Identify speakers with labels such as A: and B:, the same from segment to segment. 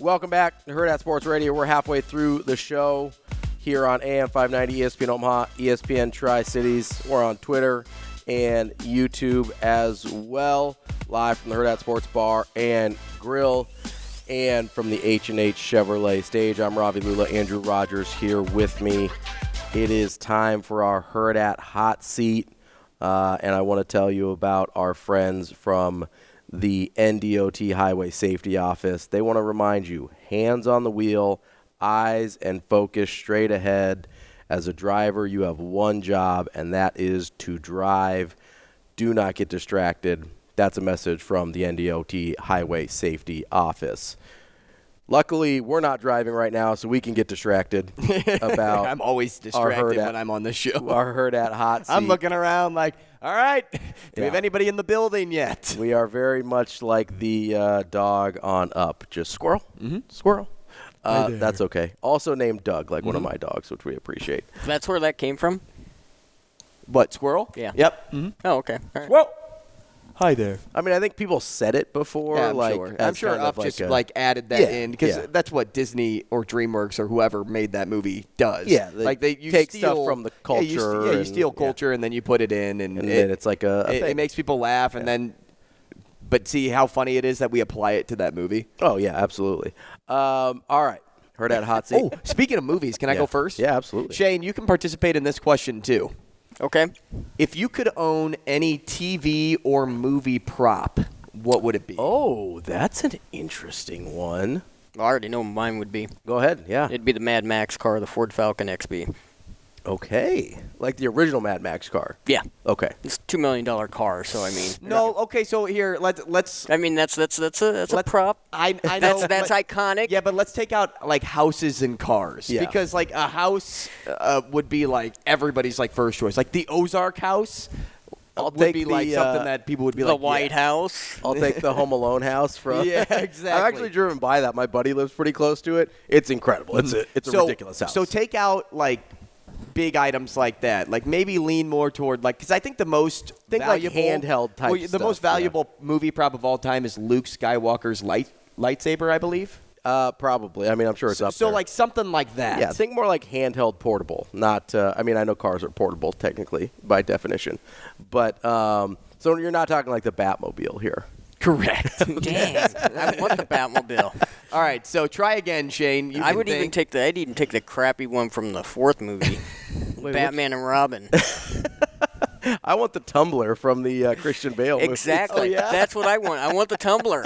A: Welcome back to Herd at Sports Radio. We're halfway through the show here on AM 590 ESPN Omaha, E ESPN Tri Cities. We're on Twitter and YouTube as well, live from the Herd at Sports Bar and Grill, and from the H and H Chevrolet stage. I'm Ravi Lula. Andrew Rogers here with me. It is time for our Herd at Hot Seat, uh, and I want to tell you about our friends from the NDOT Highway Safety Office. They want to remind you hands on the wheel, eyes and focus straight ahead. As a driver, you have one job, and that is to drive. Do not get distracted. That's a message from the NDOT Highway Safety Office. Luckily, we're not driving right now, so we can get distracted about
B: I'm always
A: our herd
B: distracted
A: at-
B: when I'm on the show.
A: our herd at hot seat.
B: I'm looking around like, all right, do we have
A: Yeah.
B: anybody in the building yet?
A: We are very much like the uh, dog on Up, just squirrel, mm-hmm. squirrel. Uh, that's okay. Also named Doug, like one of my dogs, which we appreciate.
C: That's where that came from?
A: What squirrel?
C: Yeah.
A: Yep.
C: Oh, okay. All right.
A: Well,
D: Hi there.
A: I mean, I think people said it before.
B: Yeah, I'm
A: like,
B: sure. I'm
A: as
B: sure
A: kind of
B: Up just
A: a-
B: like added that
A: Yeah,
B: in because
A: yeah.
B: that's what Disney or DreamWorks or whoever made that movie does.
A: Yeah, they
B: like they you
A: take
B: steal,
A: stuff from the
B: Yeah, you,
A: culture
B: st- yeah, you
A: and-
B: steal
A: yeah.
B: culture and then you put it in, and,
A: and
B: it,
A: then it's like a, a
B: it,
A: thing.
B: it makes people laugh, and then but see how funny it is that we apply it to that movie.
A: Oh yeah, absolutely. Um, all right, heard that hot seat.
B: Oh, speaking of movies, can I
A: Yeah.
B: go first?
A: Yeah, absolutely.
B: Shane, you can participate in this question too.
C: Okay.
B: If you could own any TV or movie prop, what would it be?
A: Oh, that's an interesting one.
C: I already know what mine would be.
A: Go ahead. Yeah.
C: It'd be the Mad Max car, the Ford Falcon XB.
A: okay. Like the original Mad Max car.
C: Yeah.
A: Okay.
C: It's a two million dollar car, so I mean,
B: No, okay, so here let's let's
C: I mean that's that's that's a that's a
B: Let's-
C: prop.
B: I, I
C: That's-
B: know,
C: that's
B: but-
C: iconic.
B: Yeah, but let's take out like houses and cars
A: Yeah.
B: because like a house uh, would be like everybody's like first choice. Like the Ozark house
A: I'll
B: would
A: take
B: be
A: the,
B: like something
A: uh,
B: that people would be
C: the
B: like
C: White
B: yeah.
C: House.
A: I'll take the Home Alone house from.
B: Yeah,
A: I've
B: exactly.
A: actually driven by that. My buddy lives pretty close to it. It's incredible. It's a it's a
B: so,
A: ridiculous house.
B: So take out like big items like that. Like maybe lean more toward like because I think the most
A: Think like
B: valuable
A: handheld type
B: Well, the
A: stuff,
B: most
A: yeah.
B: valuable movie prop of all time is Luke Skywalker's light lightsaber, I believe.
A: uh, probably. I mean, I'm sure it's up
B: so
A: there.
B: like something like that.
A: yeah, think more like handheld portable. Not. Uh, I mean, I know cars are portable technically by definition, but um, so you're not talking like the Batmobile here.
B: correct.
C: Dang, I want the Batmobile.
B: all right, so try again, Shane. You
C: I
B: can
C: would even
B: think.
C: take the I'd even take the crappy one from the fourth movie, Batman and Robin.
A: I want the tumbler from the uh, Christian Bale. movie. Oh,
C: exactly. That's what I want. I want the tumbler.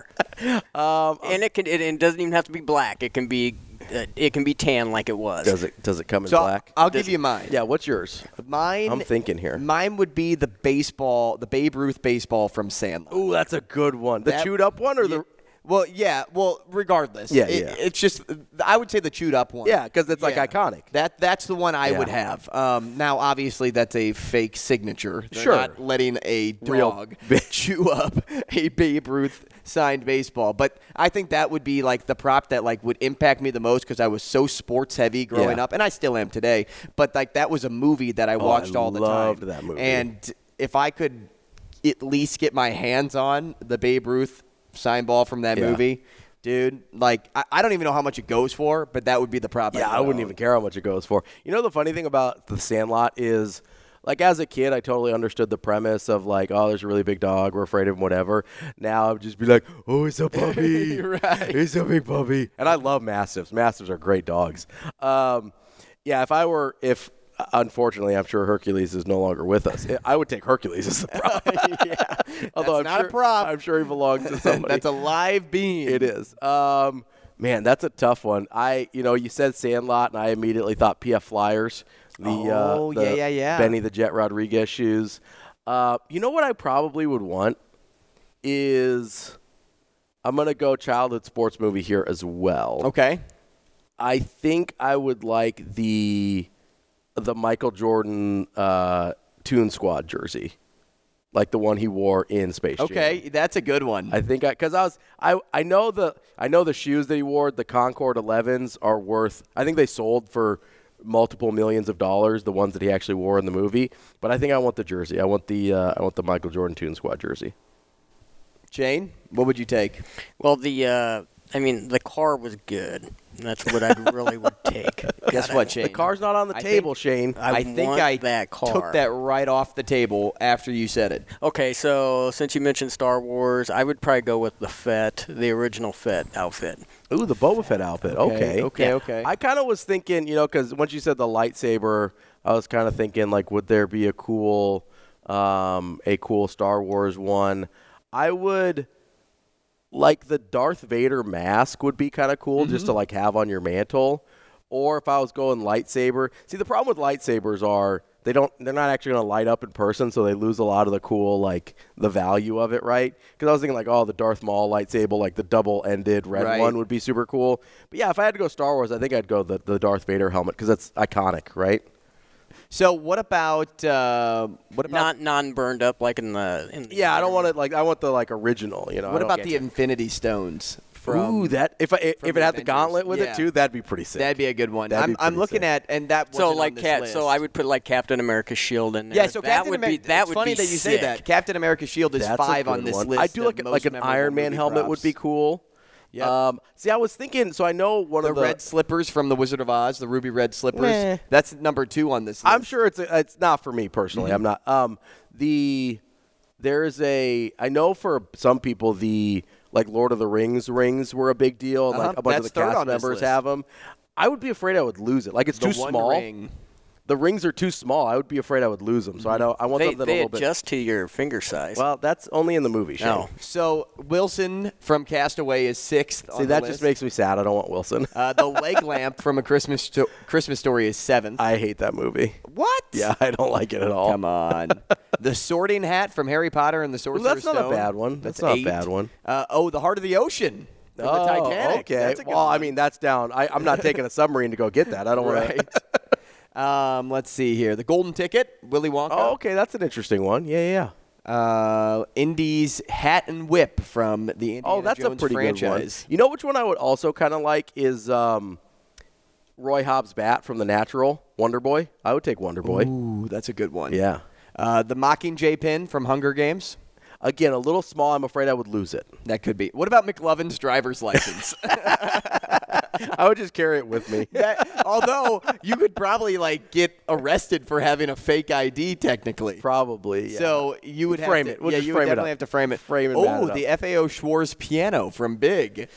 C: Um, and it can it, it doesn't even have to be black. It can be uh, it can be tan like it was.
A: Does it does it come in
B: So I'll-
A: black?
B: I'll give you mine.
A: yeah. What's yours?
B: Mine.
A: I'm thinking here.
B: Mine would be the baseball, the Babe Ruth baseball from Sandlot.
A: Ooh, that's a good one. The
B: That-
A: chewed up one or
B: Ye-
A: the
B: well, yeah. Well, regardless,
A: Yeah,
B: it-
A: yeah.
B: It's just I would say the chewed up one.
A: Yeah, 'cause it's, like, iconic.
B: That that's the one I
A: Yeah.
B: would have. Um, now, obviously, that's a fake signature. They're
A: Sure.
B: not letting a
A: Real
B: dog chew up a Babe Ruth signed baseball, but I think that would be like the prop that like would impact me the most because I was so sports heavy growing
A: Yeah. Oh,
B: up, and I still am today. But like that was a movie that I watched all the
A: loved
B: time.
A: that movie.
B: And if I could at least get my hands on the Babe Ruth sign ball from that
A: Yeah.
B: movie, dude, like I, I don't even know how much it goes for, but that would be the prop.
A: Yeah,
B: would
A: I wouldn't
B: own.
A: even care how much it goes for. You know, the funny thing about The Sandlot is, like as a kid, I totally understood the premise of like, oh, there's a really big dog, we're afraid of him, whatever. Now I'd just be like, oh, it's a puppy, right? It's a big puppy, and I love mastiffs. Mastiffs are great dogs. Um, yeah, if I were if. Unfortunately, I'm sure Hercules is no longer with us. I would take Hercules as the prop. yeah, although
B: That's
A: I'm
B: not a
A: sure,
B: prop.
A: I'm sure he belongs to somebody.
B: That's a live being.
A: It is. Um, man, that's a tough one. I, you know, you said Sandlot, and I immediately thought PF Flyers. The,
B: Oh,
A: uh,
B: yeah,
A: the
B: yeah, yeah.
A: Benny the Jet Rodriguez shoes. Uh, you know what I probably would want is I'm gonna go childhood sports movie here as well.
B: Okay.
A: I think I would like the the Michael Jordan uh, Toon Squad jersey, like the one he wore in Space Jam.
B: Okay, that's a good one.
A: I think I because I was I I know the I know the shoes that he wore the Concord 11s are worth I think they sold for multiple millions of dollars the ones that he actually wore in the movie but I think I want the jersey I want the uh, I want the Michael Jordan Toon Squad jersey
B: Jane, what would you take?
C: Well, the uh, I mean, the car was good. That's what I really would take.
B: Guess
C: God,
B: what,
C: I-
B: Shane?
A: the car's not on the
B: I
A: table
B: think-
A: Shane
C: I want that car.
B: took that right off the table after you said it.
C: Okay, so since you mentioned Star Wars, I would probably go with the FET, the original FET outfit.
A: Ooh, the Boba Fett outfit. Okay,
B: Okay, okay,
C: Yeah.
B: okay.
A: I kind of was thinking, you know, because once you said the lightsaber, I was kind of thinking like, would there be a cool, um, a cool Star Wars one? I would like the Darth Vader mask would be kind of cool just to like have on your mantle. Or if I was going lightsaber, see the problem with lightsabers are they don't they're not actually going to light up in person, so they lose a lot of the cool like the value of it, right? Because I was thinking like, oh, the Darth Maul lightsaber, like the double ended red
B: Right.
A: one would be super cool. But yeah, if I had to go Star Wars, I think I'd go the the Darth Vader helmet because that's iconic, right?
B: So what about uh, what about
C: Not non burned up like in the. In the
A: Yeah, I don't want to like I want the like original, you know. I
B: what
A: don't
B: about
A: get
B: the Infinity Stones? From
A: Ooh, that if I, if
B: from
A: it
B: the
A: had the
B: Avengers?
A: gauntlet with
B: Yeah.
A: it too, that'd be pretty sick.
B: that'd be a good one.
A: That'd
B: I'm,
A: be
B: I'm
A: pretty
B: looking
A: sick.
B: at and that
C: So
B: wasn't on
C: like
B: this
C: cat.
B: list.
C: So I would put like Captain America's shield in there.
B: Yeah, so
C: that
B: Captain
C: would
B: America.
C: be that
B: it's
C: would
B: funny
C: be
B: that you say
C: sick.
B: that. Captain America Shield is
A: That's a
B: five on
A: good
B: this
A: one.
B: list.
A: I do
B: like
A: like like an Iron Man helmet would be cool.
B: Yep.
A: Um, see, I was thinking. So I know one
B: The
A: of the
B: red slippers from the Wizard of Oz, the ruby red slippers.
A: Meh.
B: That's number two on this. list.
A: I'm sure it's a, it's not for me
B: Mm-hmm.
A: personally. I'm not. Um, the there is a I know for some people the like Lord of the Rings rings were a big deal. and
B: Uh-huh.
A: Like a bunch
B: That's
A: of the
B: third
A: cast
B: on this
A: members
B: list.
A: have them. I would be afraid I would lose it. Like it's
B: the
A: too
B: one
A: small.
B: ring. Mm-hmm.
A: The rings are too small. I would be afraid I would lose them. So I know I want
C: They,
A: something
C: they
A: a little
C: adjust to your finger size.
A: bit. Well, that's only in the movie. Shane.
C: no.
B: So Wilson from Castaway is sixth.
A: See, that just makes me sad. I don't want Wilson.
B: Uh, the leg lamp from a Christmas Sto- Christmas story is seventh.
A: I hate that movie.
B: what?
A: Yeah, I don't like it at all.
B: Come on. the sorting hat from Harry Potter and the Sorcerer's
A: that's not a
B: Stone.
A: bad one. That's not a
B: eight.
A: bad one.
B: Uh, oh, the heart of the ocean. From
A: Oh,
B: the Titanic.
A: Okay.
B: That's a good
A: well, I
B: one.
A: mean, that's down. I, I'm not taking a submarine to go get that. I don't want to.
B: right. um, let's see here. The golden ticket. Willy Wonka.
A: Oh, okay. That's an interesting one. Yeah, yeah. yeah.
B: Uh, Indy's hat and whip from the Indiana
A: Oh, that's
B: Jones
A: a pretty
B: franchise.
A: good one. You know which one I would also kind of like is um, Roy Hobbs' bat from The Natural, Wonder Boy. I would take Wonder Boy.
B: Ooh, that's a good one.
A: Yeah.
B: Uh, the Mockingjay pin from Hunger Games.
A: Again, a little small. I'm afraid I would lose it.
B: That could be. What about McLovin's driver's license?
A: I would just carry it with me.
B: That- although you could probably like get arrested for having a fake ID technically.
A: Probably. yeah.
B: So you would have
A: Frame
B: to-
A: it. We'll
B: yeah,
A: just
B: you
A: frame it
B: would definitely
A: up.
B: have to frame it.
A: Frame it
B: Oh,
A: bad
B: the FAO Schwartz piano from Big.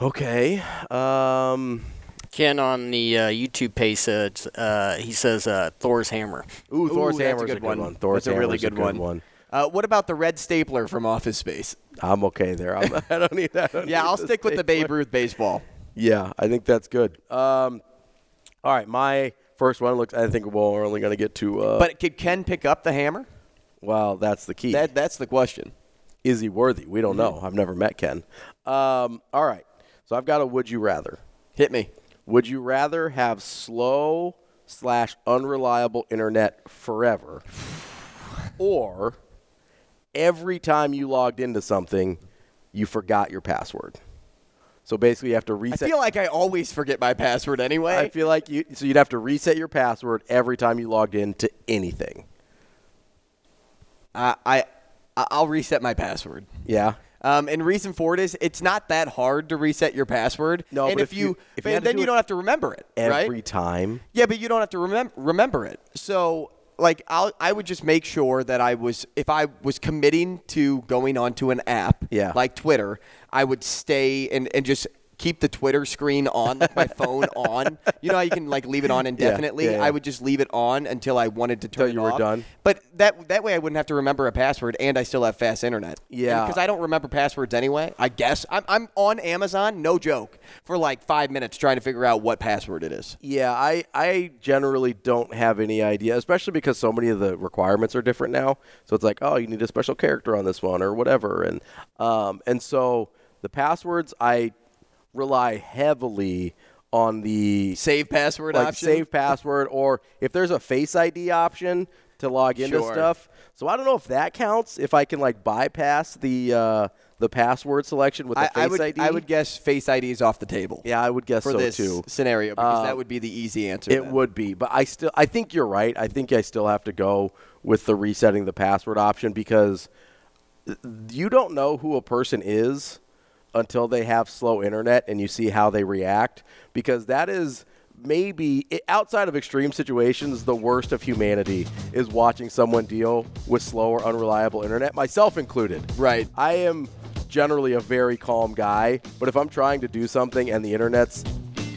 A: okay. Um,
C: Ken on the uh, YouTube page says uh, he says uh, Thor's hammer.
A: ooh, Thor's
B: that's
A: hammer's
B: a good,
A: one.
B: one.
A: Thor's
B: that's a really
A: hammer's
B: good, one. Uh, what about the red stapler from Office Space?
A: I'm okay there. I'm, I don't need that.
B: Yeah, I'll stick with the Babe Ruth baseball.
A: Yeah, I think that's good. Um, all right, my first one looks. I think we're only going to get to. Uh,
B: But could Ken pick up the hammer?
A: well, that's the key. Mm-hmm.
B: That that's the question.
A: Is he worthy? We don't know. I've never met Ken. Um, all right, so I've got a would you rather.
B: Hit me.
A: Would you rather have slow slash unreliable internet forever, or every time you logged into something, you forgot your password? So basically, you have to
B: I
A: reset.
B: feel like I always forget my password anyway.
A: I feel like you. So you'd have to reset your password every time you logged in to anything.
B: I, Uh, I I'll reset my password.
A: Yeah.
B: Um, and reason for it is it's not that hard to reset your password.
A: No,
B: and
A: but
B: if
A: if
B: you,
A: you- if you
B: and
A: had to
B: then
A: do
B: you
A: it
B: don't have to remember it,
A: Every
B: right?
A: time.
B: Yeah, but you don't have to remember remember it. So like I'll, I would just make sure that I was if I was committing to going onto an app
A: Yeah.
B: like Twitter, I would stay and, and just keep the Twitter screen on, like my phone on. You know how you can like leave it on indefinitely?
A: yeah, yeah.
B: I would just leave it on until I wanted to turn it
A: you were
B: off.
A: done.
B: But that that way I wouldn't have to remember a password and I still have fast internet.
A: Yeah.
B: Because I don't remember passwords anyway, I guess. I'm, I'm on Amazon, no joke, for like five minutes trying to figure out what password it is.
A: Yeah, I, I generally don't have any idea, especially because so many of the requirements are different now. So it's like, oh, you need a special character on this one or whatever, and um, and so the passwords I rely heavily on the
B: Save password
A: like
B: option.
A: save password or if there's a face ID option to log into
B: Sure.
A: stuff. So I don't know if that counts. If I can like bypass the uh, the password selection with the
B: I,
A: face
B: I would
A: ID,
B: I would guess face ID is off the table.
A: Yeah, I would guess
B: for
A: so
B: this
A: too.
B: scenario because
A: Uh,
B: that would be the easy answer.
A: It
B: then.
A: would be, but I still I think you're right. I think I still have to go with the resetting the password option because you don't know who a person is until they have slow internet and you see how they react because that is maybe i- outside of extreme situations the worst of humanity is watching someone deal with slow or unreliable internet myself included
B: Right.
A: i am generally a very calm guy but if i'm trying to do something and the internet's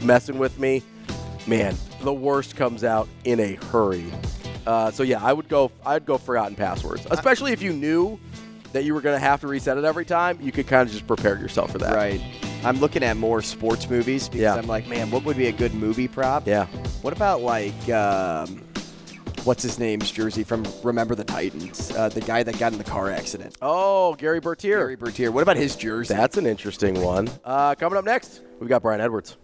A: messing with me man the worst comes out in a hurry uh, so yeah i would go i'd go forgotten passwords especially if you knew that you were going to have to reset it every time, you could kind of just prepare yourself for that.
B: Right. I'm looking at more sports movies because
A: Yeah.
B: I'm like, man, what would be a good movie prop?
A: Yeah.
B: What about like, um, what's his name's jersey from Remember the Titans? Uh, the guy that got in the car accident.
A: Oh, Gary Bertier.
B: Gary Bertier. What about his jersey?
A: That's an interesting one. Uh, coming up next, we've got Brian Edwards.